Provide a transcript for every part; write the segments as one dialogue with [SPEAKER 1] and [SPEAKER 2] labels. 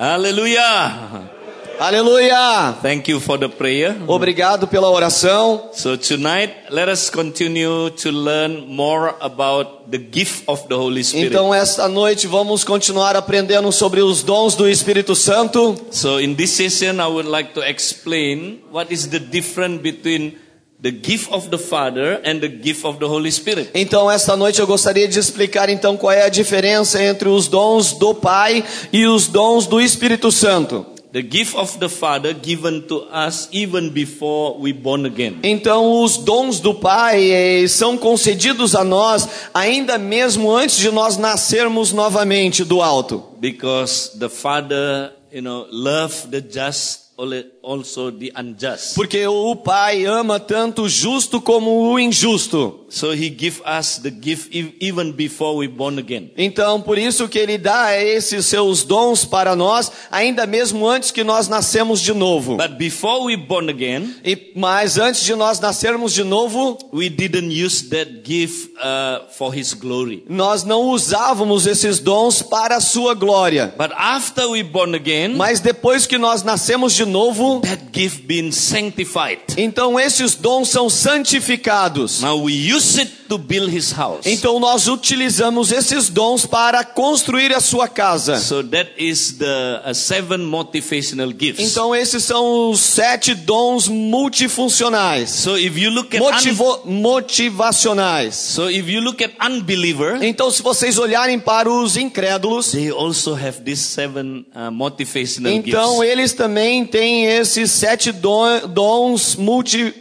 [SPEAKER 1] Hallelujah.
[SPEAKER 2] Aleluia!
[SPEAKER 1] Thank you for the prayer.
[SPEAKER 2] Obrigado pela oração.
[SPEAKER 1] So tonight, let us continue to learn more about the gift of the Holy Spirit.
[SPEAKER 2] Então, esta noite vamos continuar aprendendo sobre os dons do Espírito Santo.
[SPEAKER 1] so in this session, I would like to explain what is the difference between the gift of the Father and the gift of the Holy Spirit.
[SPEAKER 2] Então, esta noite eu gostaria de explicar então qual é a diferença entre os dons do Pai e os dons do Espírito Santo.
[SPEAKER 1] The gift of the Father given to us even before we born again.
[SPEAKER 2] Então, os dons do Pai eh, são concedidos a nós ainda mesmo antes de nós nascermos novamente do alto.
[SPEAKER 1] Because the Father, you know, love the just al- also the unjust.
[SPEAKER 2] Porque o Pai ama tanto o justo como o injusto.
[SPEAKER 1] So he give us the gift e- even before we born again.
[SPEAKER 2] Então, por isso que ele dá esses seus dons para nós, ainda mesmo antes que nós nascemos de novo.
[SPEAKER 1] But before we born again,
[SPEAKER 2] E, mas antes de nós nascermos de novo,
[SPEAKER 1] we didn't use that gift uh, for his glory.
[SPEAKER 2] nós não usávamos esses dons para a sua glória.
[SPEAKER 1] But after we born again,
[SPEAKER 2] Mas depois que nós nascemos de novo,
[SPEAKER 1] that gift been sanctified.
[SPEAKER 2] então esses dons são santificados.
[SPEAKER 1] Now we use it to build his house.
[SPEAKER 2] Então nós utilizamos esses dons para construir a sua casa.
[SPEAKER 1] So that is the uh, seven motivational gifts.
[SPEAKER 2] Então esses são os sete dons multifuncionais,
[SPEAKER 1] So if you look at un-
[SPEAKER 2] motivo- motivacionais.
[SPEAKER 1] so if you look at unbeliever,
[SPEAKER 2] Então se vocês olharem para os incrédulos,
[SPEAKER 1] they also have these seven uh, motivational
[SPEAKER 2] então
[SPEAKER 1] gifts.
[SPEAKER 2] eles também têm esses sete don- dons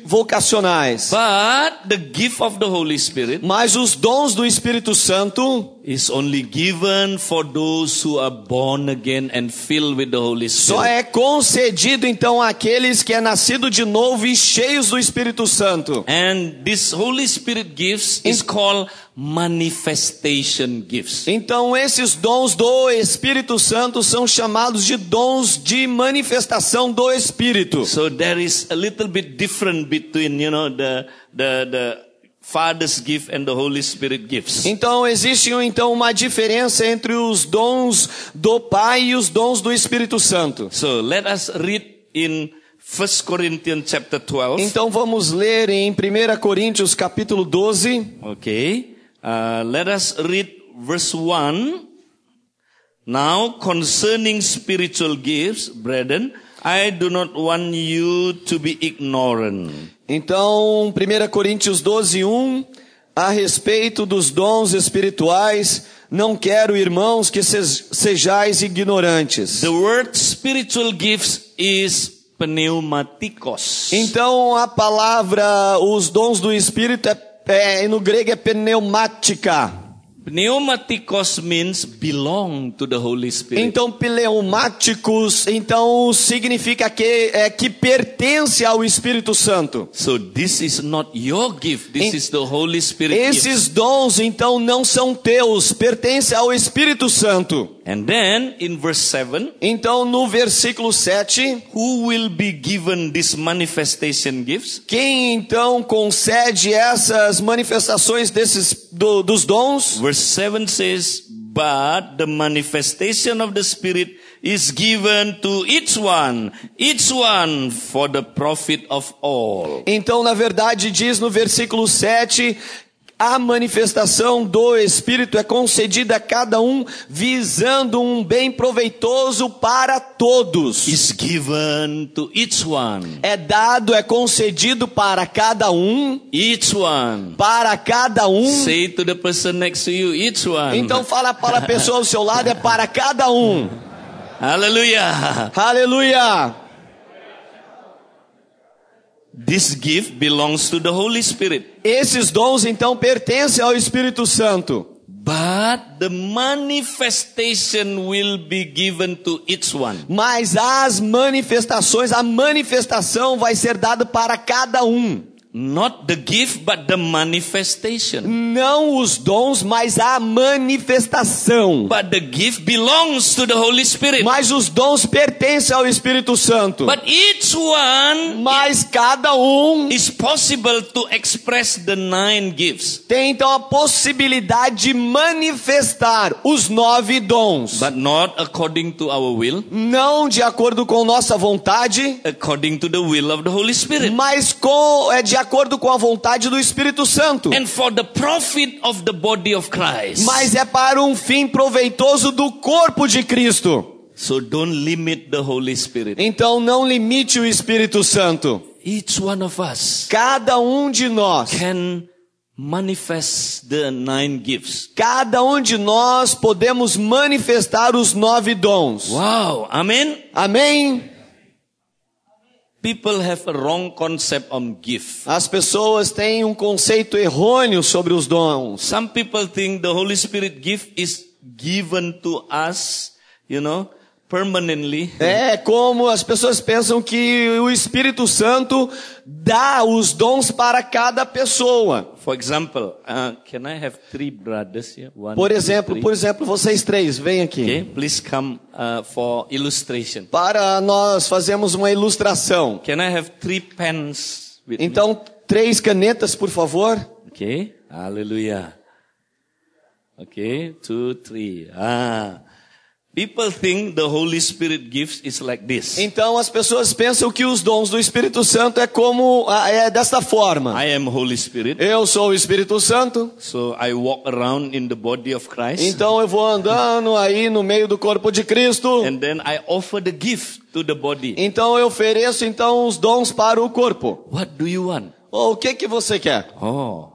[SPEAKER 2] multivocacionais.
[SPEAKER 1] But the gift of the Holy Spirit
[SPEAKER 2] Mas os dons do Espírito Santo
[SPEAKER 1] is only given for those who are born again and filled with the Holy
[SPEAKER 2] só
[SPEAKER 1] Spirit.
[SPEAKER 2] é concedido então àqueles que é nascido de novo e cheios do Espírito Santo.
[SPEAKER 1] And this Holy Spirit gifts is called manifestation gifts.
[SPEAKER 2] Então esses dons do Espírito Santo são chamados de dons de manifestação do Espírito.
[SPEAKER 1] So there is a little bit different between you know the the the Father's gift and the Holy Spirit gifts.
[SPEAKER 2] Então existe então uma diferença entre os dons do Pai e os dons do Espírito Santo.
[SPEAKER 1] So let us read in 1 Corinthians chapter 12.
[SPEAKER 2] Então vamos ler em 1 Coríntios capítulo 12.
[SPEAKER 1] Okay. Uh, let us read verse 1. Now concerning spiritual gifts, brethren, I do not want you to be ignorant.
[SPEAKER 2] Então 1 Coríntios 12, 1. A respeito dos dons espirituais, não quero, irmãos, que se- sejais ignorantes.
[SPEAKER 1] The word spiritual gifts is pneumatikos.
[SPEAKER 2] Então a palavra, os dons do Espírito é, é- no grego é pneumática.
[SPEAKER 1] Pneumatikos means belong to the Holy Spirit.
[SPEAKER 2] Então pneumáticos, então significa que é que pertence ao Espírito Santo.
[SPEAKER 1] So this is not your gift. This
[SPEAKER 2] In-
[SPEAKER 1] is the Holy Spirit gift.
[SPEAKER 2] Esses dons então não são teus, pertence ao Espírito Santo.
[SPEAKER 1] And then in verse 7,
[SPEAKER 2] Então no versículo 7,
[SPEAKER 1] who will be given these manifestation gifts?
[SPEAKER 2] quem então concede essas manifestações desses do- dos dons?
[SPEAKER 1] Verse 7 says, But the manifestation of the Spirit is given to each one, each one for the profit of all.
[SPEAKER 2] Então, na verdade, diz no versículo 7, a manifestação do Espírito é concedida a cada um visando um bem proveitoso para todos.
[SPEAKER 1] Is given to each one,
[SPEAKER 2] É dado, é concedido para cada um,
[SPEAKER 1] each one.
[SPEAKER 2] para cada um.
[SPEAKER 1] Say to the person next to you, each one.
[SPEAKER 2] Então fala para a pessoa ao seu lado, é para cada um.
[SPEAKER 1] Hallelujah.
[SPEAKER 2] Aleluia!
[SPEAKER 1] This gift belongs to the Holy Spirit.
[SPEAKER 2] Esses dons então pertencem ao Espírito Santo.
[SPEAKER 1] But the manifestation will be given to each one.
[SPEAKER 2] Mas as manifestações, a manifestação vai ser dada para cada um.
[SPEAKER 1] Not the gift, but the manifestation.
[SPEAKER 2] Não os dons, mas a manifestação.
[SPEAKER 1] But the gift belongs to the Holy Spirit.
[SPEAKER 2] Mas os dons pertencem ao Espírito Santo.
[SPEAKER 1] But each one
[SPEAKER 2] Mas cada um
[SPEAKER 1] is possible to express the nine gifts,
[SPEAKER 2] tem então a possibilidade de manifestar os nove dons.
[SPEAKER 1] but not according to our will,
[SPEAKER 2] Não de acordo com nossa vontade,
[SPEAKER 1] according to the will of the Holy Spirit.
[SPEAKER 2] mas com, é de acordo com a vontade do Espírito Santo.
[SPEAKER 1] And for the profit of the body of Christ.
[SPEAKER 2] Mas é para um fim proveitoso do corpo de Cristo.
[SPEAKER 1] So don't limit the Holy Spirit.
[SPEAKER 2] Então não limite o Espírito Santo.
[SPEAKER 1] Each one of us
[SPEAKER 2] Cada um de nós
[SPEAKER 1] can manifest the nine gifts.
[SPEAKER 2] Cada um de nós podemos manifestar os nove dons.
[SPEAKER 1] Wow. Amen.
[SPEAKER 2] Amém?
[SPEAKER 1] People have a wrong concept on gift.
[SPEAKER 2] As pessoas têm um conceito errôneo sobre os dons.
[SPEAKER 1] Some people think the Holy Spirit gift is given to us, you know, permanently.
[SPEAKER 2] É como as pessoas pensam que o Espírito Santo dá os dons para cada pessoa.
[SPEAKER 1] For example, uh, can I have three brothers here? One,
[SPEAKER 2] Por
[SPEAKER 1] two,
[SPEAKER 2] exemplo,
[SPEAKER 1] three.
[SPEAKER 2] por exemplo, vocês três, vem aqui.
[SPEAKER 1] Okay, please come uh, for illustration.
[SPEAKER 2] Para nós fazermos uma ilustração.
[SPEAKER 1] Can I have three pens with me?
[SPEAKER 2] Então, três canetas, por favor.
[SPEAKER 1] Okay. Hallelujah. Okay. Two, three. Ah. People think the Holy Spirit gifts is like this.
[SPEAKER 2] Então, as pessoas pensam que os dons do Espírito Santo é como ah, é desta forma.
[SPEAKER 1] I am Holy Spirit.
[SPEAKER 2] Eu sou o Espírito Santo,
[SPEAKER 1] So I walk around in the body of Christ.
[SPEAKER 2] então eu vou andando aí no meio do corpo de Cristo.
[SPEAKER 1] And then I offer the gift to the body.
[SPEAKER 2] Então eu ofereço então os dons para o corpo.
[SPEAKER 1] What do you want?
[SPEAKER 2] Ô, o que que você quer?
[SPEAKER 1] Oh.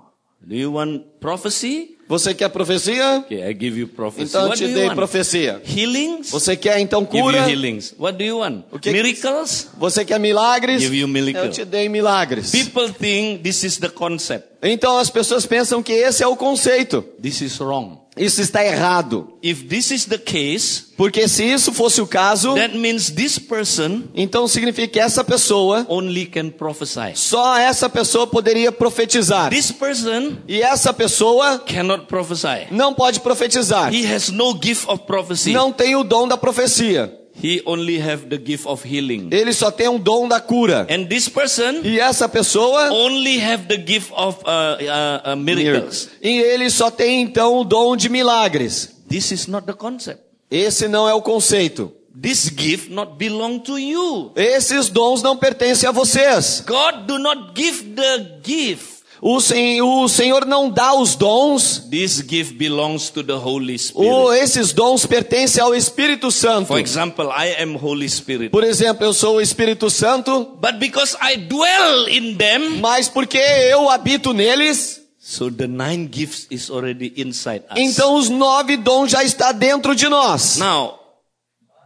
[SPEAKER 1] Do you want prophecy?
[SPEAKER 2] Você quer profecia?
[SPEAKER 1] Okay, I give you prophecy.
[SPEAKER 2] Então eu
[SPEAKER 1] what
[SPEAKER 2] te
[SPEAKER 1] do you
[SPEAKER 2] dei
[SPEAKER 1] want?
[SPEAKER 2] profecia.
[SPEAKER 1] Healings?
[SPEAKER 2] Você quer então
[SPEAKER 1] Give you
[SPEAKER 2] cura?
[SPEAKER 1] healings. What do you want?
[SPEAKER 2] O que-
[SPEAKER 1] Miracles?
[SPEAKER 2] Você quer milagres?
[SPEAKER 1] Give you miracle.
[SPEAKER 2] Eu te dei milagres.
[SPEAKER 1] People think this is the concept.
[SPEAKER 2] Então as pessoas pensam que esse é o conceito.
[SPEAKER 1] This is wrong.
[SPEAKER 2] Isso está errado.
[SPEAKER 1] If this is the case,
[SPEAKER 2] Porque se isso fosse o caso,
[SPEAKER 1] that means this person
[SPEAKER 2] então significa que essa pessoa,
[SPEAKER 1] only can prophesy.
[SPEAKER 2] só essa pessoa poderia profetizar.
[SPEAKER 1] This person
[SPEAKER 2] E essa pessoa
[SPEAKER 1] cannot prophesy.
[SPEAKER 2] não pode profetizar.
[SPEAKER 1] He has no gift of prophecy.
[SPEAKER 2] Não tem o dom da profecia.
[SPEAKER 1] He only have the gift of healing.
[SPEAKER 2] Ele só tem um dom da cura.
[SPEAKER 1] And this person
[SPEAKER 2] E essa pessoa
[SPEAKER 1] only have the gift of uh, uh, uh, miracles.
[SPEAKER 2] e ele só tem então o dom de milagres.
[SPEAKER 1] This is not the concept.
[SPEAKER 2] Esse não é o conceito.
[SPEAKER 1] This gift not belong to you.
[SPEAKER 2] Esses dons não pertencem a vocês.
[SPEAKER 1] God do not give the gift.
[SPEAKER 2] O, sen- o Senhor não dá os dons.
[SPEAKER 1] This gift belongs to the Holy Spirit.
[SPEAKER 2] O, esses dons pertencem ao Espírito Santo.
[SPEAKER 1] For example, I am Holy Spirit.
[SPEAKER 2] Por exemplo, eu sou o Espírito Santo,
[SPEAKER 1] But because I dwell in them,
[SPEAKER 2] mas porque eu habito neles,
[SPEAKER 1] so the nine gifts is already inside us.
[SPEAKER 2] então os nove dons já está dentro de nós.
[SPEAKER 1] Now,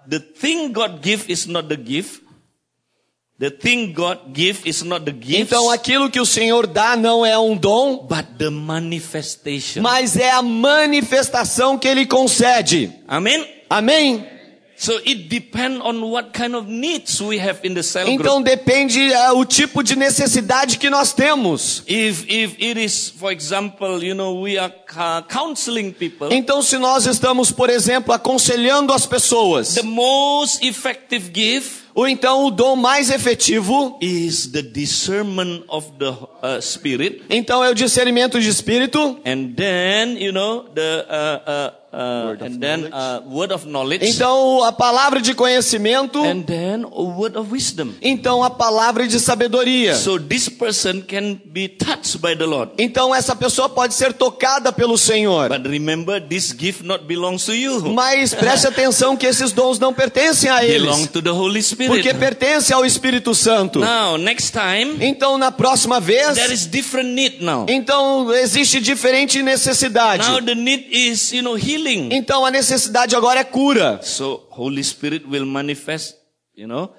[SPEAKER 1] the thing God give is not the gift. The thing God give is not the gift,
[SPEAKER 2] Então aquilo que o Senhor dá não é um dom,
[SPEAKER 1] but the manifestation.
[SPEAKER 2] mas é a manifestação que ele concede.
[SPEAKER 1] Amen.
[SPEAKER 2] Amém?
[SPEAKER 1] So it depends on what kind of needs we have in the cell
[SPEAKER 2] Então
[SPEAKER 1] group.
[SPEAKER 2] depende ah, o tipo de necessidade que nós temos.
[SPEAKER 1] If if it is, for example, you know, we are ca- counseling people.
[SPEAKER 2] Então se nós estamos, por exemplo, aconselhando as pessoas,
[SPEAKER 1] The most effective gift
[SPEAKER 2] ou então o dom mais efetivo,
[SPEAKER 1] is the discernment of the uh, spirit,
[SPEAKER 2] então é o discernimento de espírito,
[SPEAKER 1] and then you know the uh, uh, uh, and then uh, word of knowledge,
[SPEAKER 2] então a palavra de conhecimento,
[SPEAKER 1] and then a word of wisdom.
[SPEAKER 2] então a palavra de sabedoria.
[SPEAKER 1] So this person can be touched by the Lord.
[SPEAKER 2] Então essa pessoa pode ser tocada pelo Senhor.
[SPEAKER 1] But remember, this gift not belongs to you.
[SPEAKER 2] Mas preste atenção que esses dons não pertencem a
[SPEAKER 1] Belong
[SPEAKER 2] eles,
[SPEAKER 1] to the Holy
[SPEAKER 2] porque
[SPEAKER 1] Spirit.
[SPEAKER 2] pertence ao Espírito Santo.
[SPEAKER 1] Now, next time,
[SPEAKER 2] Então na próxima
[SPEAKER 1] there
[SPEAKER 2] vez,
[SPEAKER 1] is different need now.
[SPEAKER 2] então existe diferente necessidade.
[SPEAKER 1] Now the need is, you know, healing.
[SPEAKER 2] Então a necessidade agora é cura.
[SPEAKER 1] So Holy Spirit will manifest, you know,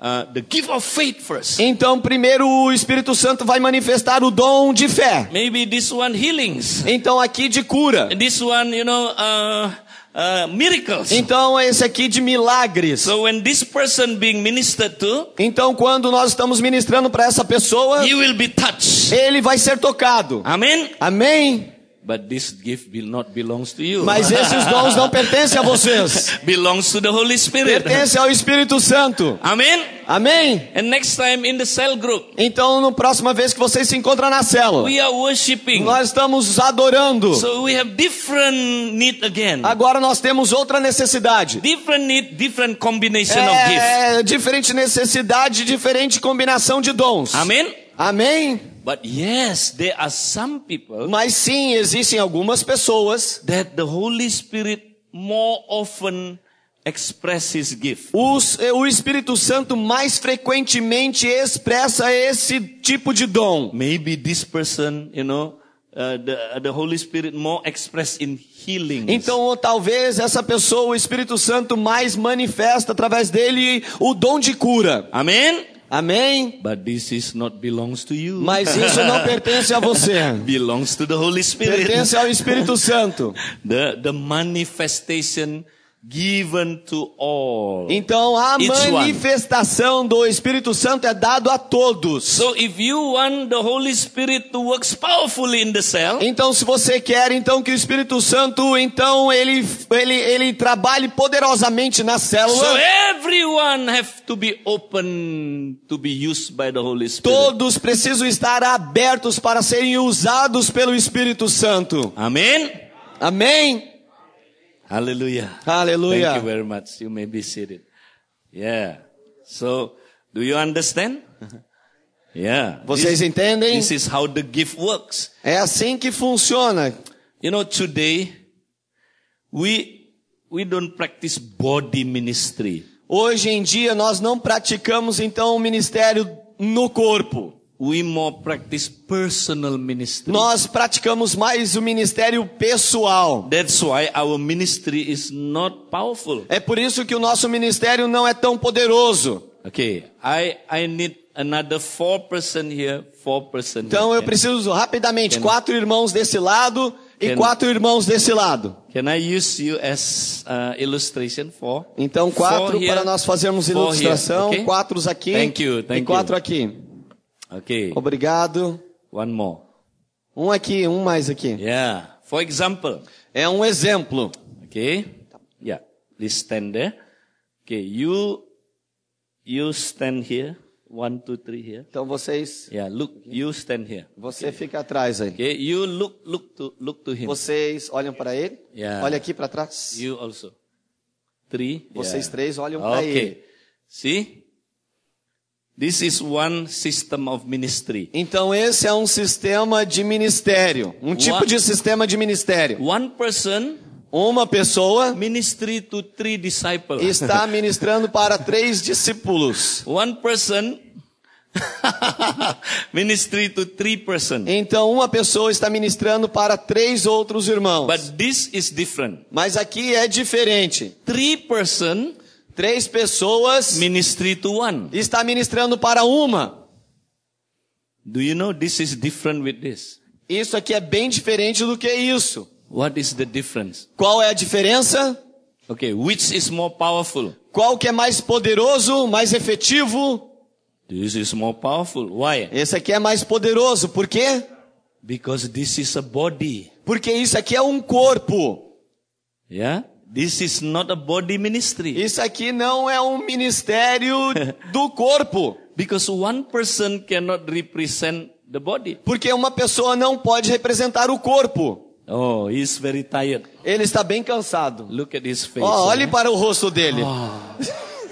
[SPEAKER 1] uh, the gift of faith first.
[SPEAKER 2] Então primeiro o Espírito Santo vai manifestar o dom de fé.
[SPEAKER 1] Maybe this one healings.
[SPEAKER 2] Então aqui de cura.
[SPEAKER 1] This one, you know, uh, uh, miracles.
[SPEAKER 2] Então é esse aqui de milagres.
[SPEAKER 1] So when this person being ministered to,
[SPEAKER 2] Então quando nós estamos ministrando para essa pessoa,
[SPEAKER 1] you will be touched.
[SPEAKER 2] ele vai ser tocado.
[SPEAKER 1] Amen.
[SPEAKER 2] Amém?
[SPEAKER 1] But this gift will not belongs to you.
[SPEAKER 2] Mas esses dons não pertencem a vocês.
[SPEAKER 1] belongs to the Holy Spirit.
[SPEAKER 2] Pertencem ao Espírito Santo.
[SPEAKER 1] Amen.
[SPEAKER 2] Amém?
[SPEAKER 1] And next time in the cell group,
[SPEAKER 2] Então, na próxima vez que vocês se encontram na célula,
[SPEAKER 1] we are worshiping.
[SPEAKER 2] nós estamos adorando.
[SPEAKER 1] So we have different need again.
[SPEAKER 2] Agora nós temos outra necessidade.
[SPEAKER 1] Different need, different combination of gifts.
[SPEAKER 2] É, diferente necessidade, diferente combinação de dons.
[SPEAKER 1] Amen.
[SPEAKER 2] Amém?
[SPEAKER 1] But yes, there are some people
[SPEAKER 2] Mas sim, existem algumas pessoas.
[SPEAKER 1] that the Holy Spirit more often expresses gift.
[SPEAKER 2] os- eh, o Espírito Santo mais frequentemente expressa esse tipo de dom.
[SPEAKER 1] Maybe this person, you know, uh, the the Holy Spirit more expressed in healing.
[SPEAKER 2] Então, ou talvez essa pessoa, o Espírito Santo mais manifesta através dele o dom de cura.
[SPEAKER 1] Amen.
[SPEAKER 2] Amém?
[SPEAKER 1] But this is not belongs to you.
[SPEAKER 2] Mas isso não pertence a você.
[SPEAKER 1] belongs to the Holy Spirit.
[SPEAKER 2] Pertence ao Espírito Santo.
[SPEAKER 1] The the manifestation given to all.
[SPEAKER 2] Então, a
[SPEAKER 1] Each one.
[SPEAKER 2] manifestação do Espírito Santo é dado a todos.
[SPEAKER 1] So if you want the Holy Spirit to work powerfully in the cell,
[SPEAKER 2] Então, se você quer, então, que o Espírito Santo, então, ele, ele, ele trabalhe poderosamente na célula.
[SPEAKER 1] so everyone have to be open to be used by the Holy Spirit.
[SPEAKER 2] Todos precisam estar abertos para serem usados pelo Espírito Santo.
[SPEAKER 1] Amen.
[SPEAKER 2] Amém?
[SPEAKER 1] Hallelujah. Thank you
[SPEAKER 2] Aleluia.
[SPEAKER 1] very much. You may be seated. Yeah. So, do you understand? Yeah.
[SPEAKER 2] Vocês
[SPEAKER 1] this,
[SPEAKER 2] entendem?
[SPEAKER 1] this is how the gift works.
[SPEAKER 2] É assim que funciona.
[SPEAKER 1] You know, today we we don't practice body ministry.
[SPEAKER 2] Hoje em dia nós não praticamos então o ministério no corpo.
[SPEAKER 1] We more practice personal ministry.
[SPEAKER 2] Nós praticamos mais o ministério pessoal.
[SPEAKER 1] That's why our ministry is not powerful.
[SPEAKER 2] É por isso que o nosso ministério não é tão poderoso.
[SPEAKER 1] Okay, I I need another four person here, four person.
[SPEAKER 2] Então
[SPEAKER 1] here.
[SPEAKER 2] eu preciso rapidamente quatro irmãos desse lado e
[SPEAKER 1] Can-
[SPEAKER 2] quatro irmãos desse lado.
[SPEAKER 1] Can I use you as uh, illustration for?
[SPEAKER 2] Então, quatro
[SPEAKER 1] Four here,
[SPEAKER 2] para nós fazermos
[SPEAKER 1] four
[SPEAKER 2] ilustração,
[SPEAKER 1] here, okay?
[SPEAKER 2] quatro aqui
[SPEAKER 1] Thank you, thank
[SPEAKER 2] e quatro aqui.
[SPEAKER 1] Okay,
[SPEAKER 2] Obrigado.
[SPEAKER 1] one more.
[SPEAKER 2] Um aqui, um mais aqui.
[SPEAKER 1] Yeah. For example,
[SPEAKER 2] É um exemplo.
[SPEAKER 1] okay. Yeah. Please stand there. Okay, you you stand here. One, two, three here.
[SPEAKER 2] Então vocês,
[SPEAKER 1] Yeah. Look, you stand here.
[SPEAKER 2] você fica atrás aí.
[SPEAKER 1] Okay. You look look to look to him.
[SPEAKER 2] Vocês olham para ele,
[SPEAKER 1] Yeah.
[SPEAKER 2] olha aqui para trás.
[SPEAKER 1] You also. Three.
[SPEAKER 2] Vocês
[SPEAKER 1] yeah.
[SPEAKER 2] três olham para ele.
[SPEAKER 1] Okay. See? This is one system of ministry.
[SPEAKER 2] Então esse é um sistema de ministério, um tipo
[SPEAKER 1] What?
[SPEAKER 2] de sistema de ministério.
[SPEAKER 1] One person
[SPEAKER 2] Uma pessoa
[SPEAKER 1] ministry to three disciples.
[SPEAKER 2] está ministrando para três discípulos.
[SPEAKER 1] One person ministry to three person.
[SPEAKER 2] Então uma pessoa está ministrando para três outros irmãos.
[SPEAKER 1] But this is different.
[SPEAKER 2] Mas aqui é diferente.
[SPEAKER 1] Three person
[SPEAKER 2] Três pessoas
[SPEAKER 1] ministry to one.
[SPEAKER 2] está ministrando para uma.
[SPEAKER 1] Do you know this is different with this?
[SPEAKER 2] Isso aqui é bem diferente do que isso.
[SPEAKER 1] What is the difference?
[SPEAKER 2] Qual é a diferença?
[SPEAKER 1] Okay, which is more powerful?
[SPEAKER 2] Qual que é mais poderoso, mais efetivo?
[SPEAKER 1] This is more powerful. Why?
[SPEAKER 2] Esse aqui é mais poderoso. Por quê?
[SPEAKER 1] Because this is a body.
[SPEAKER 2] Porque isso aqui é um corpo.
[SPEAKER 1] Yeah? This is not a body ministry.
[SPEAKER 2] Isso aqui não é um ministério do corpo.
[SPEAKER 1] Because one person cannot represent the body.
[SPEAKER 2] Porque uma pessoa não pode representar o corpo.
[SPEAKER 1] Oh, he's very tired.
[SPEAKER 2] Ele está bem cansado.
[SPEAKER 1] Look at his face.
[SPEAKER 2] Ó, olhe
[SPEAKER 1] eh?
[SPEAKER 2] para o rosto dele.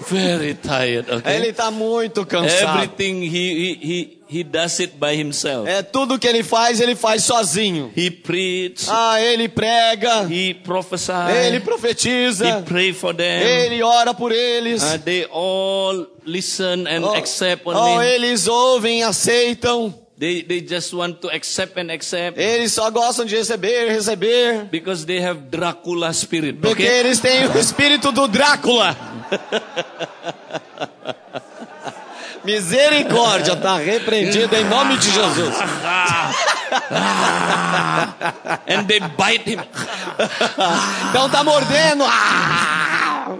[SPEAKER 1] Very tired,
[SPEAKER 2] Ele
[SPEAKER 1] okay?
[SPEAKER 2] está muito cansado.
[SPEAKER 1] Everything he, he, he, he does it by himself.
[SPEAKER 2] É tudo que ele faz, ele faz sozinho.
[SPEAKER 1] He preach,
[SPEAKER 2] Ah, ele prega,
[SPEAKER 1] he prophesy,
[SPEAKER 2] ele
[SPEAKER 1] he
[SPEAKER 2] profetiza,
[SPEAKER 1] pray for them.
[SPEAKER 2] ele ora por eles.
[SPEAKER 1] Uh, they all listen and
[SPEAKER 2] Oh,
[SPEAKER 1] accept
[SPEAKER 2] oh,
[SPEAKER 1] only.
[SPEAKER 2] eles ouvem, aceitam.
[SPEAKER 1] They, they just want to accept and accept
[SPEAKER 2] Eles só gostam de receber, receber.
[SPEAKER 1] because they have Dracula spirit.
[SPEAKER 2] Porque
[SPEAKER 1] Okay?
[SPEAKER 2] eles têm o espírito do Drácula. Misericórdia, tá repreendido em nome de Jesus.
[SPEAKER 1] Ah. and they bite him.
[SPEAKER 2] Então tá mordendo. Ah!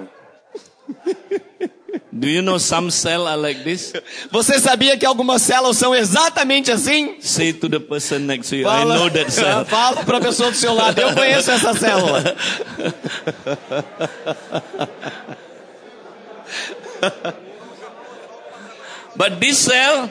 [SPEAKER 1] Do you know some cell are like this?
[SPEAKER 2] Você sabia que algumas células são exatamente assim?
[SPEAKER 1] Say to the person next to you, I know that cell.
[SPEAKER 2] Fala pra pessoa do seu lado, eu conheço essa célula.
[SPEAKER 1] But this cell,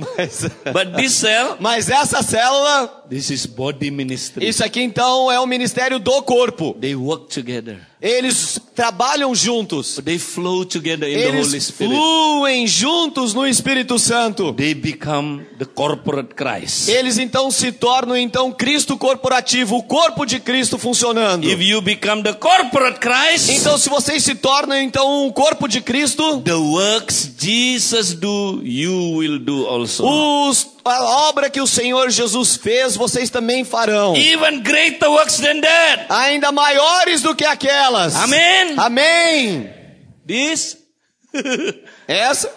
[SPEAKER 2] Mas,
[SPEAKER 1] but this cell,
[SPEAKER 2] mas essa célula,
[SPEAKER 1] this is body ministry.
[SPEAKER 2] isso aqui então é o ministério do corpo.
[SPEAKER 1] They work together.
[SPEAKER 2] Eles trabalham juntos.
[SPEAKER 1] They flow together in the Holy
[SPEAKER 2] Eles
[SPEAKER 1] Spirit.
[SPEAKER 2] fluem juntos no Espírito Santo.
[SPEAKER 1] They become the corporate Christ.
[SPEAKER 2] Eles então se tornam então Cristo corporativo, o corpo de Cristo funcionando.
[SPEAKER 1] If you become the corporate Christ,
[SPEAKER 2] Então se vocês se tornam então um corpo de Cristo,
[SPEAKER 1] the works Jesus do, you will do also.
[SPEAKER 2] os- a obra que o Senhor Jesus fez, vocês também farão.
[SPEAKER 1] Even greater works than that.
[SPEAKER 2] Ainda maiores do que aquelas.
[SPEAKER 1] Amém.
[SPEAKER 2] Amém.
[SPEAKER 1] This
[SPEAKER 2] Essa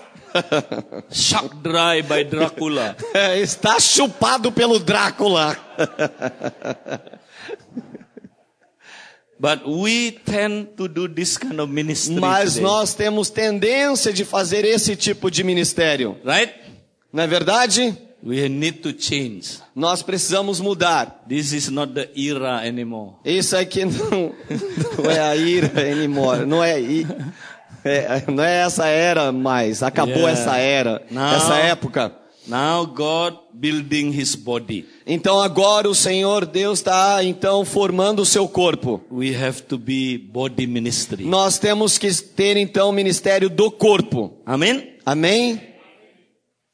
[SPEAKER 1] shocked dry by Dracula.
[SPEAKER 2] é, está chupado pelo Drácula.
[SPEAKER 1] But we tend to do this kind of ministry
[SPEAKER 2] Mas
[SPEAKER 1] today.
[SPEAKER 2] nós temos tendência de fazer esse tipo de ministério.
[SPEAKER 1] right?
[SPEAKER 2] Não é verdade?
[SPEAKER 1] We need to change.
[SPEAKER 2] Nós precisamos mudar.
[SPEAKER 1] This is not the era anymore.
[SPEAKER 2] Isso aqui não, não é a ira anymore. Não é, i- é- não é essa era mais. Acabou
[SPEAKER 1] Yeah.
[SPEAKER 2] essa era,
[SPEAKER 1] Não.
[SPEAKER 2] essa época.
[SPEAKER 1] Now God building his body.
[SPEAKER 2] Então agora o Senhor Deus está então formando o seu corpo.
[SPEAKER 1] We have to be body ministry.
[SPEAKER 2] Nós temos que ter então o ministério do corpo.
[SPEAKER 1] Amen.
[SPEAKER 2] Amém?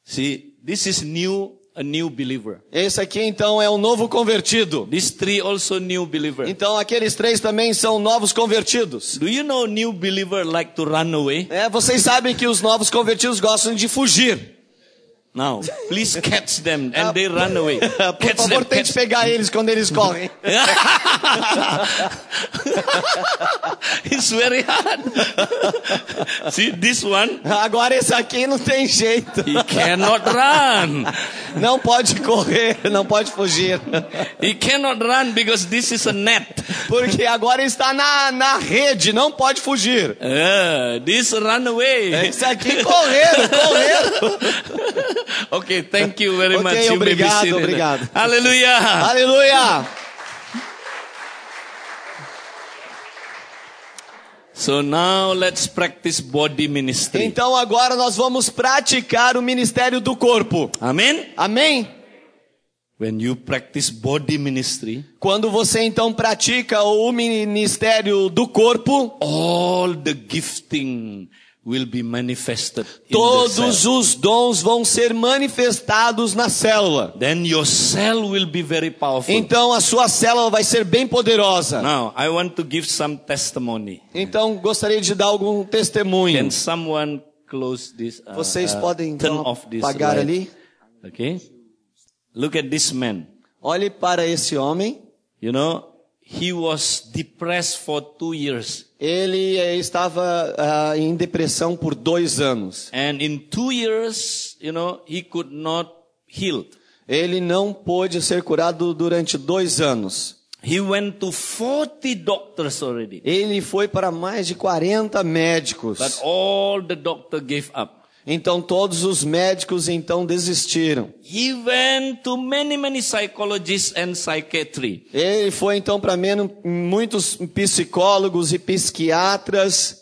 [SPEAKER 1] See, this is new a new believer.
[SPEAKER 2] Esse aqui então é o novo convertido.
[SPEAKER 1] These three also new believer.
[SPEAKER 2] Então aqueles três também são novos convertidos.
[SPEAKER 1] Do you know new believer like to run away?
[SPEAKER 2] É, vocês sabem que os novos convertidos gostam de fugir.
[SPEAKER 1] Now, please catch them and they run away.
[SPEAKER 2] Por
[SPEAKER 1] Catch
[SPEAKER 2] favor,
[SPEAKER 1] them.
[SPEAKER 2] tente
[SPEAKER 1] Catch.
[SPEAKER 2] pegar eles quando eles correm.
[SPEAKER 1] It's very hard. See, this one,
[SPEAKER 2] Agora esse aqui não tem jeito.
[SPEAKER 1] he cannot run.
[SPEAKER 2] Não pode correr, não pode fugir.
[SPEAKER 1] He cannot run because this is a net.
[SPEAKER 2] Porque agora está na, na rede, não pode fugir.
[SPEAKER 1] Ah, this run away.
[SPEAKER 2] Esse aqui correram, correram.
[SPEAKER 1] Okay, thank you very
[SPEAKER 2] Ok,
[SPEAKER 1] much. You may be
[SPEAKER 2] obrigado,
[SPEAKER 1] seated.
[SPEAKER 2] obrigado.
[SPEAKER 1] Hallelujah.
[SPEAKER 2] Aleluia!
[SPEAKER 1] So now let's practice body ministry.
[SPEAKER 2] Então agora nós vamos praticar o ministério do corpo.
[SPEAKER 1] Amen.
[SPEAKER 2] Amém?
[SPEAKER 1] When you practice body ministry,
[SPEAKER 2] Quando você então pratica o ministério do corpo,
[SPEAKER 1] all the gifting will be manifested in the
[SPEAKER 2] todos
[SPEAKER 1] cell.
[SPEAKER 2] os dons vão ser manifestados na célula.
[SPEAKER 1] Then your cell will be very powerful.
[SPEAKER 2] Então a sua célula vai ser bem poderosa.
[SPEAKER 1] Now, I want to give some testimony.
[SPEAKER 2] Então gostaria de dar algum testemunho.
[SPEAKER 1] Can someone close this? uh,
[SPEAKER 2] Vocês
[SPEAKER 1] uh,
[SPEAKER 2] podem
[SPEAKER 1] turn
[SPEAKER 2] então
[SPEAKER 1] off this
[SPEAKER 2] apagar
[SPEAKER 1] light.
[SPEAKER 2] ali.
[SPEAKER 1] Okay? Look at this man.
[SPEAKER 2] Olhe para esse homem.
[SPEAKER 1] You know, he was depressed for two years.
[SPEAKER 2] Ele eh, estava ah, em depressão por dois anos.
[SPEAKER 1] And in two years, you know, he could not heal.
[SPEAKER 2] Ele não pôde ser curado durante dois anos.
[SPEAKER 1] He went to 40 doctors already.
[SPEAKER 2] Ele foi para mais de 40
[SPEAKER 1] But
[SPEAKER 2] médicos.
[SPEAKER 1] all the doctor gave up.
[SPEAKER 2] Então todos os médicos então desistiram.
[SPEAKER 1] He went to many, many psychologists and psychiatry.
[SPEAKER 2] Ele foi então para menos muitos psicólogos e psiquiatras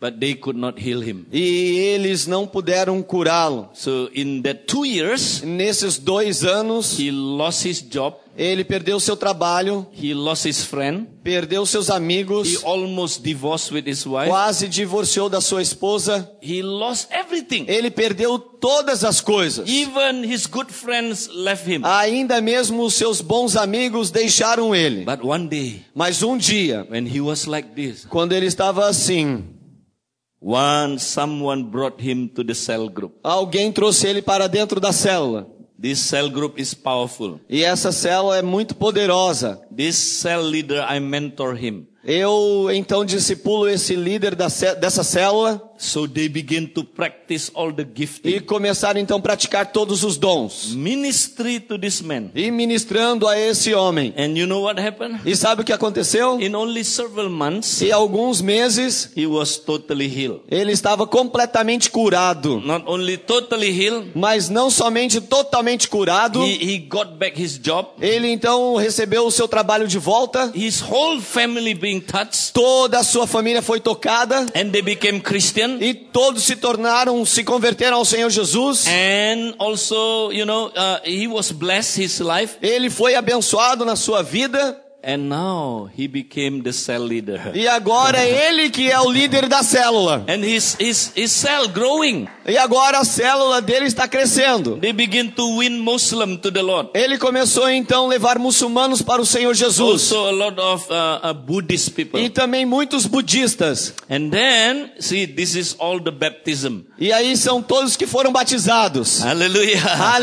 [SPEAKER 1] But they could not heal him.
[SPEAKER 2] e eles não puderam curá-lo.
[SPEAKER 1] So in that two years,
[SPEAKER 2] Nesses dois anos,
[SPEAKER 1] he lost his job.
[SPEAKER 2] ele perdeu seu trabalho,
[SPEAKER 1] He lost his friend.
[SPEAKER 2] perdeu seus
[SPEAKER 1] He
[SPEAKER 2] amigos,
[SPEAKER 1] almost divorced with his wife.
[SPEAKER 2] quase divorciou da sua esposa.
[SPEAKER 1] He lost everything.
[SPEAKER 2] Ele perdeu todas as coisas.
[SPEAKER 1] Even his good friends left him.
[SPEAKER 2] Ainda mesmo os seus bons amigos deixaram ele.
[SPEAKER 1] But one day,
[SPEAKER 2] Mas um dia,
[SPEAKER 1] when he was like this,
[SPEAKER 2] quando ele estava assim,
[SPEAKER 1] one someone brought him to the cell group.
[SPEAKER 2] alguém trouxe ele para dentro da célula.
[SPEAKER 1] This cell group is powerful.
[SPEAKER 2] E essa célula é muito poderosa.
[SPEAKER 1] This cell leader, I mentor him.
[SPEAKER 2] Eu então discipulo esse líder da cé- dessa célula.
[SPEAKER 1] So they begin to practice all the
[SPEAKER 2] e
[SPEAKER 1] gifting.
[SPEAKER 2] começaram então a praticar todos os dons.
[SPEAKER 1] Ministry to this man.
[SPEAKER 2] E ministrando a esse homem.
[SPEAKER 1] And you know what happened?
[SPEAKER 2] E sabe o que aconteceu?
[SPEAKER 1] In only several months,
[SPEAKER 2] Em alguns meses,
[SPEAKER 1] he was totally healed.
[SPEAKER 2] ele estava completamente curado.
[SPEAKER 1] Not only totally healed,
[SPEAKER 2] Mas não somente totalmente curado,
[SPEAKER 1] he, he got back his job.
[SPEAKER 2] ele então recebeu o seu trabalho de volta.
[SPEAKER 1] His whole family being touched.
[SPEAKER 2] Toda a sua família foi tocada.
[SPEAKER 1] And they became Christian.
[SPEAKER 2] E todos se tornaram, se converteram ao Senhor Jesus.
[SPEAKER 1] É. And also, you know, uh, he was blessed his life.
[SPEAKER 2] Ele foi abençoado na sua vida.
[SPEAKER 1] And now he became the cell leader.
[SPEAKER 2] E agora é ele que é o líder da célula.
[SPEAKER 1] And his, his, his cell growing.
[SPEAKER 2] E agora a célula dele está crescendo.
[SPEAKER 1] They begin to win Muslim to the Lord.
[SPEAKER 2] Ele começou então a levar muçulmanos para o Senhor Jesus.
[SPEAKER 1] Also a lot of uh, uh, Buddhist
[SPEAKER 2] E
[SPEAKER 1] people.
[SPEAKER 2] também muitos budistas.
[SPEAKER 1] And then, see, this is all the baptism.
[SPEAKER 2] E aí são todos que foram batizados.
[SPEAKER 1] Hallelujah.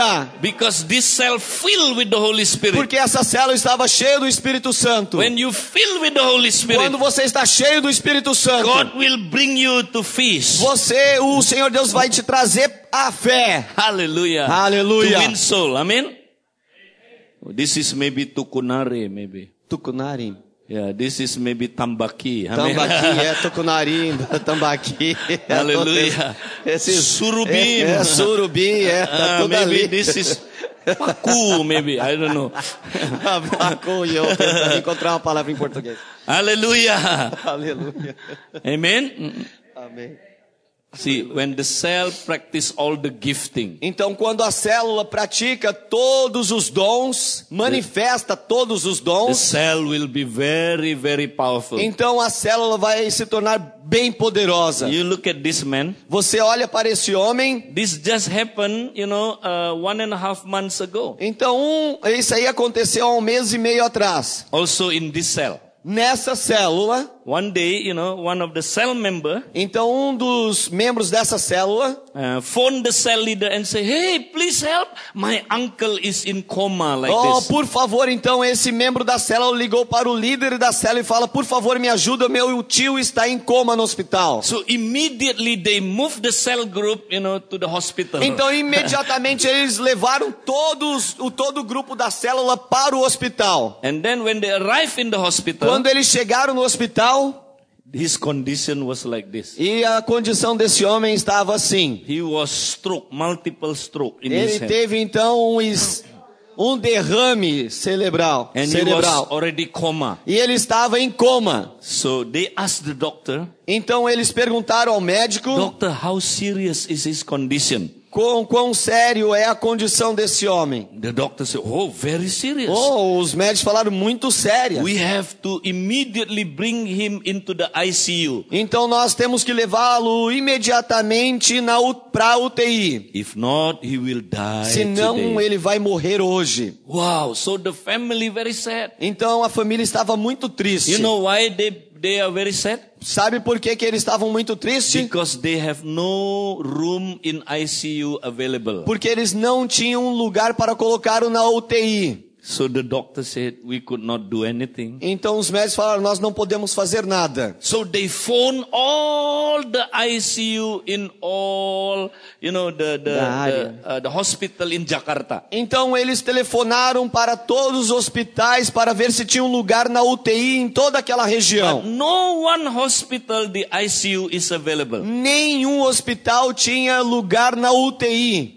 [SPEAKER 2] Aleluia!
[SPEAKER 1] Because this cell filled with the Holy Spirit.
[SPEAKER 2] Porque essa célula estava cheia do Espírito Santo.
[SPEAKER 1] When you fill with the Holy Spirit,
[SPEAKER 2] Quando você está cheio do Espírito Santo,
[SPEAKER 1] God will bring you to feast.
[SPEAKER 2] você, o Senhor Deus vai te trazer a fé.
[SPEAKER 1] Hallelujah.
[SPEAKER 2] Hallelujah.
[SPEAKER 1] To win soul. Amen. This is maybe Tukunare, maybe.
[SPEAKER 2] Tucunari.
[SPEAKER 1] Yeah, this is maybe Tambaki. Amen.
[SPEAKER 2] Tambaqui, é tucunari, tambaqui. É
[SPEAKER 1] Aleluia.
[SPEAKER 2] todo Esse, esse-
[SPEAKER 1] Surubim.
[SPEAKER 2] É, é surubim, é, tá
[SPEAKER 1] Ah,
[SPEAKER 2] tudo
[SPEAKER 1] maybe
[SPEAKER 2] ali.
[SPEAKER 1] this is Paku, maybe. I don't know.
[SPEAKER 2] Macunho, tentando encontrar uma palavra em português.
[SPEAKER 1] Hallelujah.
[SPEAKER 2] Aleluia.
[SPEAKER 1] Amen.
[SPEAKER 2] Amém.
[SPEAKER 1] See, when the cell practice all the gifting,
[SPEAKER 2] Então, quando a célula pratica todos os dons, manifesta todos os
[SPEAKER 1] the
[SPEAKER 2] dons,
[SPEAKER 1] cell will be very, very powerful.
[SPEAKER 2] então a célula vai se tornar bem poderosa.
[SPEAKER 1] You look at this man.
[SPEAKER 2] Você olha para esse homem,
[SPEAKER 1] This just happened, you know, uh, one and a half months ago.
[SPEAKER 2] então um, isso aí aconteceu há um mês e meio atrás.
[SPEAKER 1] Also in this cell.
[SPEAKER 2] Nessa célula,
[SPEAKER 1] One day, you know, one of the cell member
[SPEAKER 2] Então um dos membros dessa célula,
[SPEAKER 1] uh, phoned the cell leader and say, "Hey, please help! My uncle is in coma like
[SPEAKER 2] oh,
[SPEAKER 1] this."
[SPEAKER 2] por favor, então esse membro da célula ligou para o líder da célula e fala, por favor, me ajuda, meu tio está em coma no hospital.
[SPEAKER 1] So immediately they moved the cell group, you know, to the hospital.
[SPEAKER 2] Então imediatamente eles levaram todos, o todo o grupo da célula para o hospital.
[SPEAKER 1] and then when they arrived in the hospital,
[SPEAKER 2] Quando eles chegaram no hospital,
[SPEAKER 1] his condition was like this.
[SPEAKER 2] e a condição desse homem estava assim.
[SPEAKER 1] He was stroke, multiple stroke in his
[SPEAKER 2] Ele
[SPEAKER 1] hand.
[SPEAKER 2] teve então um, es- um derrame cerebral,
[SPEAKER 1] and he was
[SPEAKER 2] cerebral.
[SPEAKER 1] already coma.
[SPEAKER 2] E ele estava em coma.
[SPEAKER 1] So they asked the doctor,
[SPEAKER 2] Então eles perguntaram ao médico
[SPEAKER 1] "Doctor, how serious is his condition?"
[SPEAKER 2] quão, quão sério é a condição desse homem.
[SPEAKER 1] The doctor said, "Oh, very serious."
[SPEAKER 2] Oh, os médicos falaram muito séria.
[SPEAKER 1] We have to immediately bring him into the ICU.
[SPEAKER 2] Então nós temos que levá-lo imediatamente na para UTI.
[SPEAKER 1] If not, he will die
[SPEAKER 2] Senão
[SPEAKER 1] today.
[SPEAKER 2] ele vai morrer hoje.
[SPEAKER 1] Wow, so the family very sad.
[SPEAKER 2] Então a família estava muito triste.
[SPEAKER 1] You know why they they are very sad?
[SPEAKER 2] Sabe por que, que eles estavam muito tristes?
[SPEAKER 1] Because they have no room in ICU available.
[SPEAKER 2] Porque eles não tinham um lugar para colocá-lo na UTI.
[SPEAKER 1] So the doctor said we could not do anything.
[SPEAKER 2] Então os médicos falaram: nós não podemos fazer nada.
[SPEAKER 1] So they phone all the ICU in all, you know, the the
[SPEAKER 2] Da
[SPEAKER 1] the,
[SPEAKER 2] área.
[SPEAKER 1] uh, the hospital in Jakarta.
[SPEAKER 2] Então eles telefonaram para todos os hospitais para ver se tinha um lugar na UTI em toda aquela região.
[SPEAKER 1] No one hospital the ICU is available.
[SPEAKER 2] Nenhum hospital tinha lugar na UTI.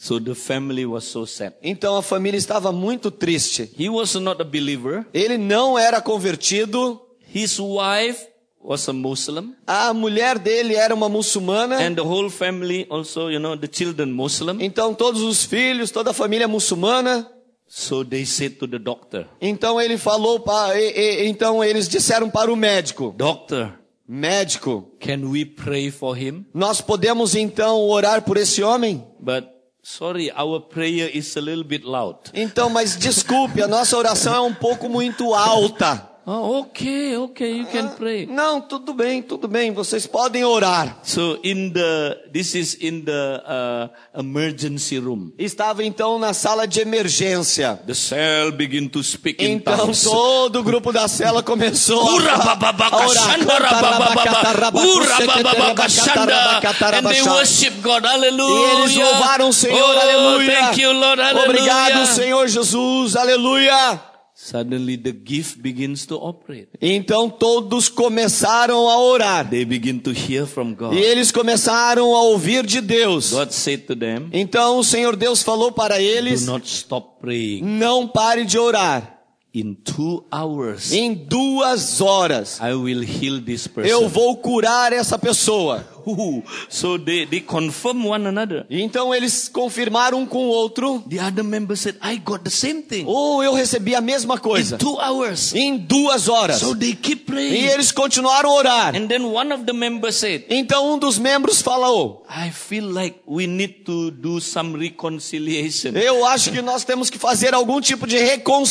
[SPEAKER 1] So the family was so sad.
[SPEAKER 2] Então a família estava muito triste.
[SPEAKER 1] He was not a believer.
[SPEAKER 2] Ele não era convertido,
[SPEAKER 1] His wife was a Muslim.
[SPEAKER 2] a mulher dele era uma muçulmana.
[SPEAKER 1] And the whole family also, you know, the children Muslim.
[SPEAKER 2] Então todos os filhos, toda a família é muçulmana.
[SPEAKER 1] So they said to the doctor,
[SPEAKER 2] Então ele falou para, e- e- então eles disseram para o médico:
[SPEAKER 1] Doctor,
[SPEAKER 2] "Médico,
[SPEAKER 1] can we pray for him?
[SPEAKER 2] nós podemos então orar por esse homem?"
[SPEAKER 1] But sorry, our prayer is a little bit loud.
[SPEAKER 2] Então, mas desculpe, a nossa oração é um pouco muito alta.
[SPEAKER 1] Oh, okay, okay, you can pray.
[SPEAKER 2] Não, tudo bem, tudo bem, vocês podem orar.
[SPEAKER 1] So in the this is in the uh, emergency room.
[SPEAKER 2] Estava então na sala de emergência.
[SPEAKER 1] The cell begin to speak in
[SPEAKER 2] Então
[SPEAKER 1] tongues.
[SPEAKER 2] todo o grupo da cela começou a
[SPEAKER 1] Ura ba ba ba
[SPEAKER 2] a orar.
[SPEAKER 1] kashanda ra ba ba ba ba. Ura ba ba ba kashanda. And they worship God. Hallelujah.
[SPEAKER 2] E eles louvaram o Senhor,
[SPEAKER 1] oh,
[SPEAKER 2] aleluia.
[SPEAKER 1] Thank you, Lord.
[SPEAKER 2] Oh,
[SPEAKER 1] Hallelujah.
[SPEAKER 2] Obrigado, Senhor Jesus, aleluia.
[SPEAKER 1] Suddenly the gift begins to operate.
[SPEAKER 2] Então todos começaram a orar.
[SPEAKER 1] They begin to hear from God.
[SPEAKER 2] E eles começaram a ouvir de Deus.
[SPEAKER 1] God said to them,
[SPEAKER 2] Então o Senhor Deus falou para
[SPEAKER 1] do
[SPEAKER 2] eles:
[SPEAKER 1] not stop praying.
[SPEAKER 2] Não pare de orar.
[SPEAKER 1] In two hours,
[SPEAKER 2] Em duas horas
[SPEAKER 1] I will heal this person.
[SPEAKER 2] eu vou curar essa pessoa.
[SPEAKER 1] Ooh. So they, they confirm one another.
[SPEAKER 2] E Então eles confirmaram um com o outro.
[SPEAKER 1] The other member said, I got the same thing.
[SPEAKER 2] Ou eu recebi a mesma coisa.
[SPEAKER 1] In two hours.
[SPEAKER 2] Em duas horas.
[SPEAKER 1] So they keep
[SPEAKER 2] E
[SPEAKER 1] praying.
[SPEAKER 2] eles continuaram a orar.
[SPEAKER 1] And then one of the members said,
[SPEAKER 2] Então um dos membros falou:
[SPEAKER 1] I feel like we need to do some reconciliation.
[SPEAKER 2] Eu acho que nós temos que fazer algum tipo de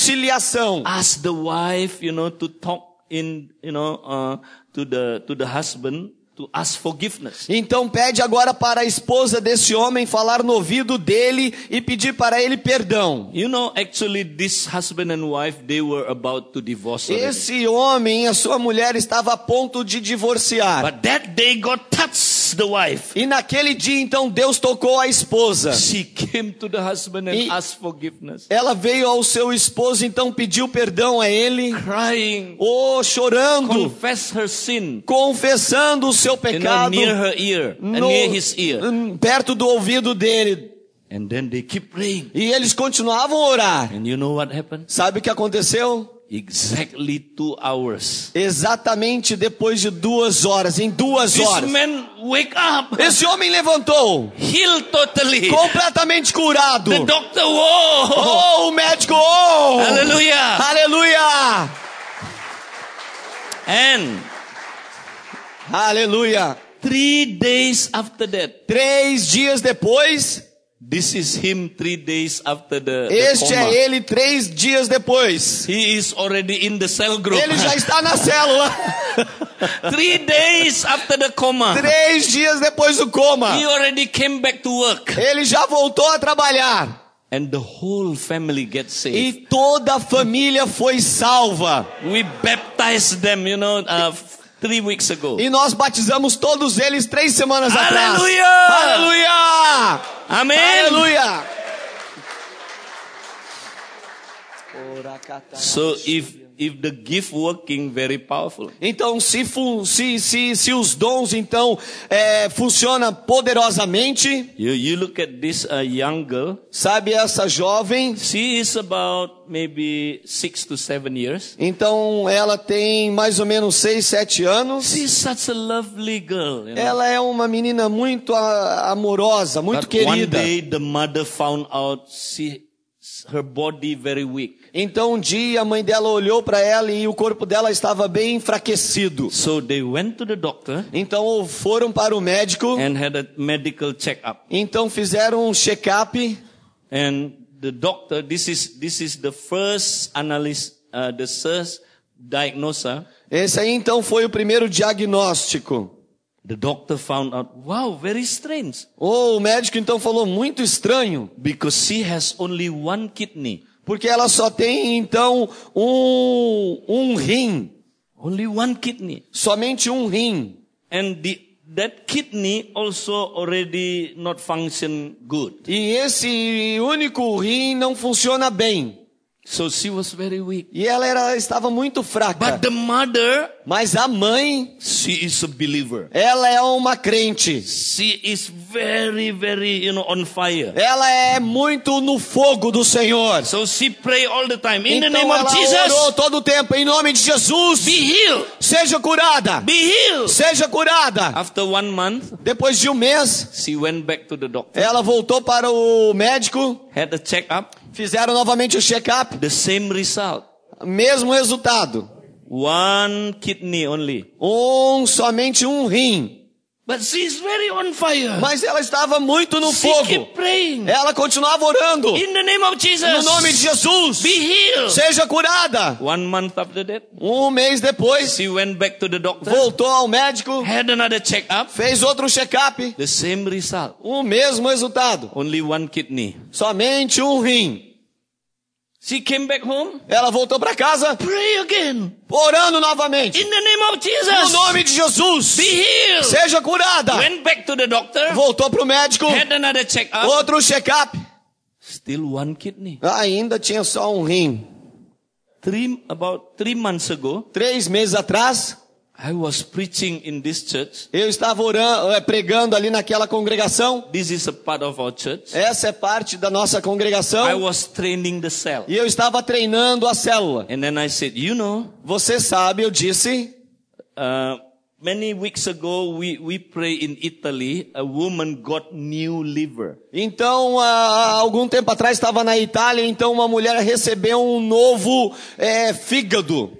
[SPEAKER 2] reconciliação.
[SPEAKER 1] Ask the wife, you know, to talk in, you know, uh, to the, to the husband to ask forgiveness.
[SPEAKER 2] Então pede agora para a esposa desse homem falar no ouvido dele e pedir para ele perdão.
[SPEAKER 1] You know, actually, this husband and wife, they were about to divorce. already.
[SPEAKER 2] Esse homem e a sua mulher estava a ponto de divorciar.
[SPEAKER 1] But that day, God touched the wife.
[SPEAKER 2] E naquele dia então Deus tocou a esposa.
[SPEAKER 1] She came to the husband and
[SPEAKER 2] E-
[SPEAKER 1] asked forgiveness,
[SPEAKER 2] Ela veio ao seu esposo então pediu perdão a ele,
[SPEAKER 1] crying,
[SPEAKER 2] ou chorando,
[SPEAKER 1] confess her sin,
[SPEAKER 2] confessando o seu
[SPEAKER 1] you know,
[SPEAKER 2] pecado
[SPEAKER 1] near her ear and near his ear.
[SPEAKER 2] no- perto do ouvido dele.
[SPEAKER 1] And then they keep praying.
[SPEAKER 2] E eles continuavam a orar.
[SPEAKER 1] And you know what happened?
[SPEAKER 2] Sabe o que aconteceu?
[SPEAKER 1] Exactly two hours.
[SPEAKER 2] Exatamente depois de duas horas, em duas
[SPEAKER 1] This
[SPEAKER 2] horas.
[SPEAKER 1] man wake up,
[SPEAKER 2] Esse homem levantou,
[SPEAKER 1] healed totally.
[SPEAKER 2] completamente curado.
[SPEAKER 1] The doctor, whoa!
[SPEAKER 2] Oh, o médico, oh!
[SPEAKER 1] Hallelujah!
[SPEAKER 2] Aleluia!
[SPEAKER 1] And
[SPEAKER 2] Aleluia!
[SPEAKER 1] three days after that,
[SPEAKER 2] Três dias depois,
[SPEAKER 1] this is him three days after the, the
[SPEAKER 2] este é
[SPEAKER 1] coma.
[SPEAKER 2] ele três dias depois.
[SPEAKER 1] He is already in the cell group.
[SPEAKER 2] Ele já está na célula.
[SPEAKER 1] Three days after the coma,
[SPEAKER 2] Três dias depois do coma.
[SPEAKER 1] he already came back to work.
[SPEAKER 2] Ele já voltou a trabalhar.
[SPEAKER 1] And the whole family gets
[SPEAKER 2] E
[SPEAKER 1] saved.
[SPEAKER 2] toda a família foi salva.
[SPEAKER 1] We baptized them, you know, uh, three weeks ago.
[SPEAKER 2] E nós batizamos todos eles três semanas
[SPEAKER 1] Aleluia!
[SPEAKER 2] atrás. Aleluia!
[SPEAKER 1] Amen.
[SPEAKER 2] Aleluia!
[SPEAKER 1] So if if the gift working very powerful.
[SPEAKER 2] Então, se, fun- se, se, se os dons, então, é, funcionam poderosamente,
[SPEAKER 1] You you look at this uh, young girl.
[SPEAKER 2] sabe, essa jovem,
[SPEAKER 1] She is about maybe six to seven years.
[SPEAKER 2] então, ela tem mais ou menos seis, sete anos.
[SPEAKER 1] She's such a lovely girl. You know.
[SPEAKER 2] Ela é uma menina muito a- amorosa, muito
[SPEAKER 1] But one
[SPEAKER 2] querida.
[SPEAKER 1] day the mother found out she her body very weak.
[SPEAKER 2] Então, um dia, a mãe dela olhou para ela e o corpo dela estava bem enfraquecido.
[SPEAKER 1] So they went to the doctor
[SPEAKER 2] Então, foram para o médico.
[SPEAKER 1] and had a medical checkup.
[SPEAKER 2] Então fizeram um check-up
[SPEAKER 1] And the doctor, this is this is the first analyst, uh, the first diagnoser.
[SPEAKER 2] Esse aí então foi o primeiro diagnóstico.
[SPEAKER 1] The doctor found out, wow, very strange,
[SPEAKER 2] Ou o médico então falou muito estranho,
[SPEAKER 1] because she has only one kidney,
[SPEAKER 2] porque ela só tem então um, um rim,
[SPEAKER 1] only one kidney,
[SPEAKER 2] somente um rim.
[SPEAKER 1] and the that kidney also already not function good.
[SPEAKER 2] E esse único rim não funciona bem.
[SPEAKER 1] So she was very weak.
[SPEAKER 2] E ela era, estava muito fraca.
[SPEAKER 1] But the mother,
[SPEAKER 2] Mas a mãe,
[SPEAKER 1] she is a believer.
[SPEAKER 2] ela é uma crente.
[SPEAKER 1] She is very, very, you know, on fire.
[SPEAKER 2] Ela é muito no fogo do Senhor.
[SPEAKER 1] So she pray all the time in the
[SPEAKER 2] Então
[SPEAKER 1] name of
[SPEAKER 2] ela orou
[SPEAKER 1] Jesus.
[SPEAKER 2] todo o tempo em nome de Jesus.
[SPEAKER 1] Be healed.
[SPEAKER 2] Seja curada.
[SPEAKER 1] Be healed.
[SPEAKER 2] Seja curada.
[SPEAKER 1] After one month,
[SPEAKER 2] Depois de um mês,
[SPEAKER 1] she went back to the doctor,
[SPEAKER 2] ela voltou para o médico,
[SPEAKER 1] had a checkup,
[SPEAKER 2] fizeram novamente o check-up,
[SPEAKER 1] the same result.
[SPEAKER 2] mesmo resultado.
[SPEAKER 1] One kidney only.
[SPEAKER 2] Um, somente um rim.
[SPEAKER 1] But she's very on fire.
[SPEAKER 2] Mas ela estava muito no
[SPEAKER 1] she
[SPEAKER 2] fogo.
[SPEAKER 1] keep praying.
[SPEAKER 2] Ela continuava orando.
[SPEAKER 1] In the name of Jesus.
[SPEAKER 2] No nome de Jesus,
[SPEAKER 1] Be healed.
[SPEAKER 2] seja curada.
[SPEAKER 1] One month after that,
[SPEAKER 2] Um mês depois,
[SPEAKER 1] she went back to the doctor.
[SPEAKER 2] voltou ao médico,
[SPEAKER 1] Had another checkup.
[SPEAKER 2] fez outro check-up.
[SPEAKER 1] The same result.
[SPEAKER 2] O mesmo resultado.
[SPEAKER 1] Only one kidney.
[SPEAKER 2] Somente um rim.
[SPEAKER 1] She came back home.
[SPEAKER 2] Ela voltou para casa,
[SPEAKER 1] Pray again.
[SPEAKER 2] orando novamente.
[SPEAKER 1] In the name of
[SPEAKER 2] No
[SPEAKER 1] Jesus.
[SPEAKER 2] nome de Jesus,
[SPEAKER 1] Be healed.
[SPEAKER 2] seja curada.
[SPEAKER 1] Went back to the doctor.
[SPEAKER 2] Voltou pro médico,
[SPEAKER 1] Had another checkup.
[SPEAKER 2] outro check-up.
[SPEAKER 1] Still one kidney.
[SPEAKER 2] Ainda tinha só um rim.
[SPEAKER 1] Three, about three months ago,
[SPEAKER 2] Três meses atrás,
[SPEAKER 1] I was preaching in this church.
[SPEAKER 2] eu estava orando, eh, pregando ali naquela congregação.
[SPEAKER 1] This is a part of our church.
[SPEAKER 2] Essa é parte da nossa
[SPEAKER 1] I
[SPEAKER 2] congregação.
[SPEAKER 1] was training the cell.
[SPEAKER 2] E eu estava treinando a célula.
[SPEAKER 1] And then I said, you know,
[SPEAKER 2] Você sabe, eu disse,
[SPEAKER 1] uh, many weeks ago we, we pray in Italy, a woman got new liver.
[SPEAKER 2] Então, há há algum tempo atrás estava na Itália, então uma mulher recebeu um novo é, fígado.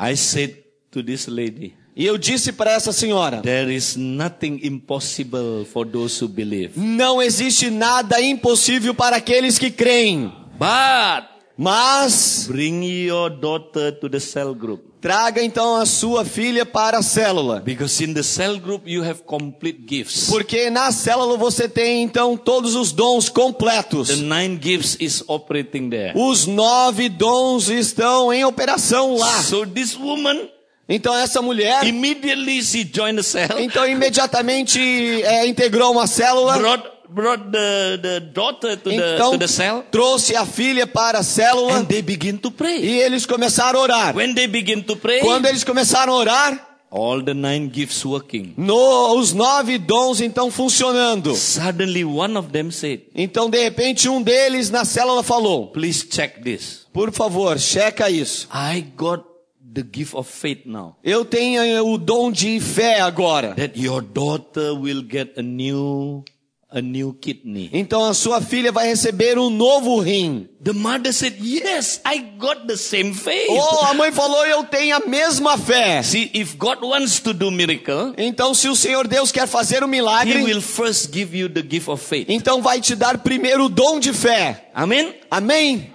[SPEAKER 1] I said to this lady,
[SPEAKER 2] E eu disse para essa senhora:
[SPEAKER 1] there is nothing impossible for those who believe.
[SPEAKER 2] não existe nada impossível para aqueles que creem,
[SPEAKER 1] But
[SPEAKER 2] mas
[SPEAKER 1] bring your daughter to the cell group.
[SPEAKER 2] traga então a sua filha para a célula.
[SPEAKER 1] Because in the cell group you have complete gifts.
[SPEAKER 2] Porque na célula você tem então todos os dons
[SPEAKER 1] The
[SPEAKER 2] completos.
[SPEAKER 1] nine gifts is operating there.
[SPEAKER 2] Os nove dons estão em operação lá.
[SPEAKER 1] So this woman,
[SPEAKER 2] Então essa mulher,
[SPEAKER 1] immediately she joined the cell,
[SPEAKER 2] então imediatamente é, integrou uma célula.
[SPEAKER 1] brought, brought the, the daughter to the,
[SPEAKER 2] Então
[SPEAKER 1] to the cell,
[SPEAKER 2] trouxe a filha para a célula
[SPEAKER 1] and they begin to
[SPEAKER 2] e
[SPEAKER 1] pray.
[SPEAKER 2] eles começaram a orar.
[SPEAKER 1] When they begin to pray,
[SPEAKER 2] Quando eles começaram a orar,
[SPEAKER 1] all the nine gifts working.
[SPEAKER 2] no- os nove dons então funcionando.
[SPEAKER 1] Suddenly one of them said,
[SPEAKER 2] Então de repente um deles na célula falou:
[SPEAKER 1] please check this.
[SPEAKER 2] Por favor, checa isso.
[SPEAKER 1] I got the gift of faith now.
[SPEAKER 2] Eu tenho eh, o dom de fé agora.
[SPEAKER 1] That your daughter will get a new, a new kidney.
[SPEAKER 2] Então a sua filha vai receber um novo rim.
[SPEAKER 1] The mother said, Yes, I got the same faith.
[SPEAKER 2] Oh, a mãe falou: Eu tenho a mesma fé.
[SPEAKER 1] See, if God wants to do miracle,
[SPEAKER 2] Então se o Senhor Deus quer fazer um
[SPEAKER 1] He
[SPEAKER 2] milagre,
[SPEAKER 1] will first give you the gift of faith.
[SPEAKER 2] então vai te dar primeiro o dom de fé.
[SPEAKER 1] Amen.
[SPEAKER 2] Amém?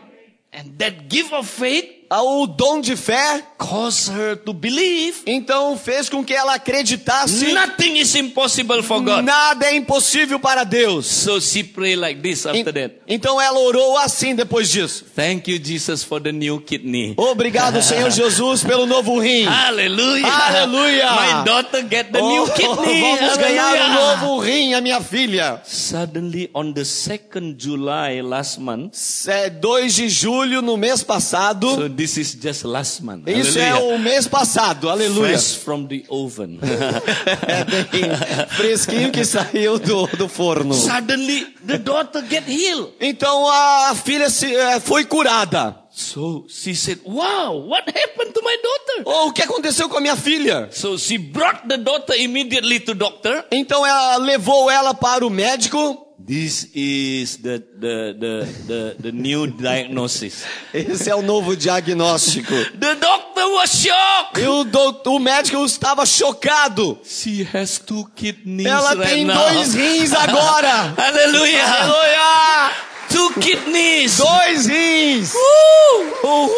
[SPEAKER 1] And that gift of faith
[SPEAKER 2] ao dom de fé,
[SPEAKER 1] caused her to believe
[SPEAKER 2] então fez com que ela acreditasse
[SPEAKER 1] nothing is impossible for God.
[SPEAKER 2] nada é impossível para Deus.
[SPEAKER 1] So she prayed like this
[SPEAKER 2] En-
[SPEAKER 1] after that.
[SPEAKER 2] Então ela orou assim depois disso.
[SPEAKER 1] Thank you, Jesus, for the new kidney.
[SPEAKER 2] Oh. Obrigado, Senhor Jesus, pelo novo rim.
[SPEAKER 1] Ah, Hallelujah.
[SPEAKER 2] Hallelujah.
[SPEAKER 1] My daughter get the new
[SPEAKER 2] Oh,
[SPEAKER 1] kidney.
[SPEAKER 2] vamos ganhar um
[SPEAKER 1] Hallelujah.
[SPEAKER 2] novo rim, a minha filha.
[SPEAKER 1] Suddenly on the 2nd July last month,
[SPEAKER 2] É 2 de julho no mês passado.
[SPEAKER 1] So this is just last month.
[SPEAKER 2] Isso é
[SPEAKER 1] Hallelujah.
[SPEAKER 2] o mês passado, aleluia.
[SPEAKER 1] Fresh from the oven.
[SPEAKER 2] É bem fresquinho que saiu do, do forno.
[SPEAKER 1] Suddenly the daughter get healed.
[SPEAKER 2] Então a filha se, eh, foi curada.
[SPEAKER 1] So she said, "Wow, what happened to my daughter?"
[SPEAKER 2] Oh, o que aconteceu com a minha filha?
[SPEAKER 1] So she brought the daughter immediately to doctor.
[SPEAKER 2] Então ela levou ela para o médico.
[SPEAKER 1] This is the the the the, the new diagnosis.
[SPEAKER 2] Esse é o novo diagnóstico.
[SPEAKER 1] The doctor was shocked.
[SPEAKER 2] E o, dout- o médico estava chocado.
[SPEAKER 1] She has two kidneys
[SPEAKER 2] Ela
[SPEAKER 1] right
[SPEAKER 2] tem
[SPEAKER 1] now.
[SPEAKER 2] dois rins agora.
[SPEAKER 1] Hallelujah.
[SPEAKER 2] Aleluia!
[SPEAKER 1] Two kidneys.
[SPEAKER 2] Dois rins.
[SPEAKER 1] Woo!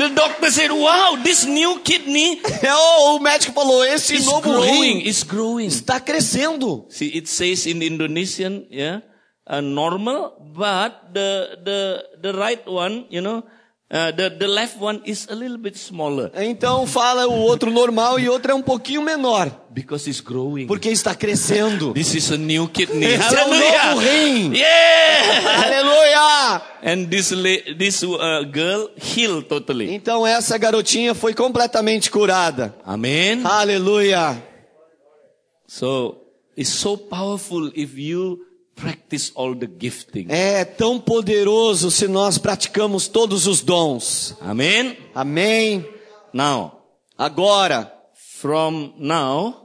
[SPEAKER 1] The doctor said, "Wow, this new kidney
[SPEAKER 2] É, oh, o médico falou, esse
[SPEAKER 1] It's
[SPEAKER 2] novo
[SPEAKER 1] growing.
[SPEAKER 2] rim
[SPEAKER 1] It's growing.
[SPEAKER 2] está crescendo.
[SPEAKER 1] See, it says in Indonesian, yeah, uh, normal, but the the the right one, you know, uh, the the left one is a little bit smaller
[SPEAKER 2] Então fala o outro normal e outro é um pouquinho menor,
[SPEAKER 1] because it's growing.
[SPEAKER 2] porque está crescendo.
[SPEAKER 1] This is a new kidney.
[SPEAKER 2] Esse é um novo rim.
[SPEAKER 1] Yeah.
[SPEAKER 2] Aleluia!
[SPEAKER 1] And this la- this uh, girl healed totally.
[SPEAKER 2] Então essa garotinha foi completamente curada.
[SPEAKER 1] Amen.
[SPEAKER 2] Aleluia!
[SPEAKER 1] So it's so powerful if you practice all the gifting.
[SPEAKER 2] É tão poderoso se nós praticamos todos os dons.
[SPEAKER 1] Amen.
[SPEAKER 2] Amém?
[SPEAKER 1] Now,
[SPEAKER 2] Agora,
[SPEAKER 1] from now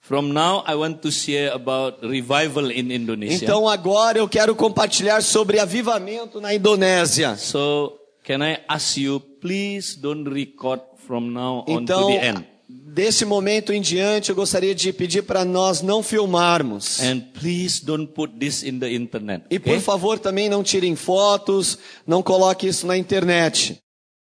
[SPEAKER 1] from now i want to share about revival in indonesia
[SPEAKER 2] então agora eu quero compartilhar sobre avivamento na Indonésia.
[SPEAKER 1] so can i ask you please don't record from now on to
[SPEAKER 2] Então,
[SPEAKER 1] the end
[SPEAKER 2] Desse momento em diante, eu gostaria de pedir para nós não filmarmos.
[SPEAKER 1] And please don't put this in the internet.
[SPEAKER 2] E por
[SPEAKER 1] okay?
[SPEAKER 2] favor, também não tirem fotos, não coloque isso na internet.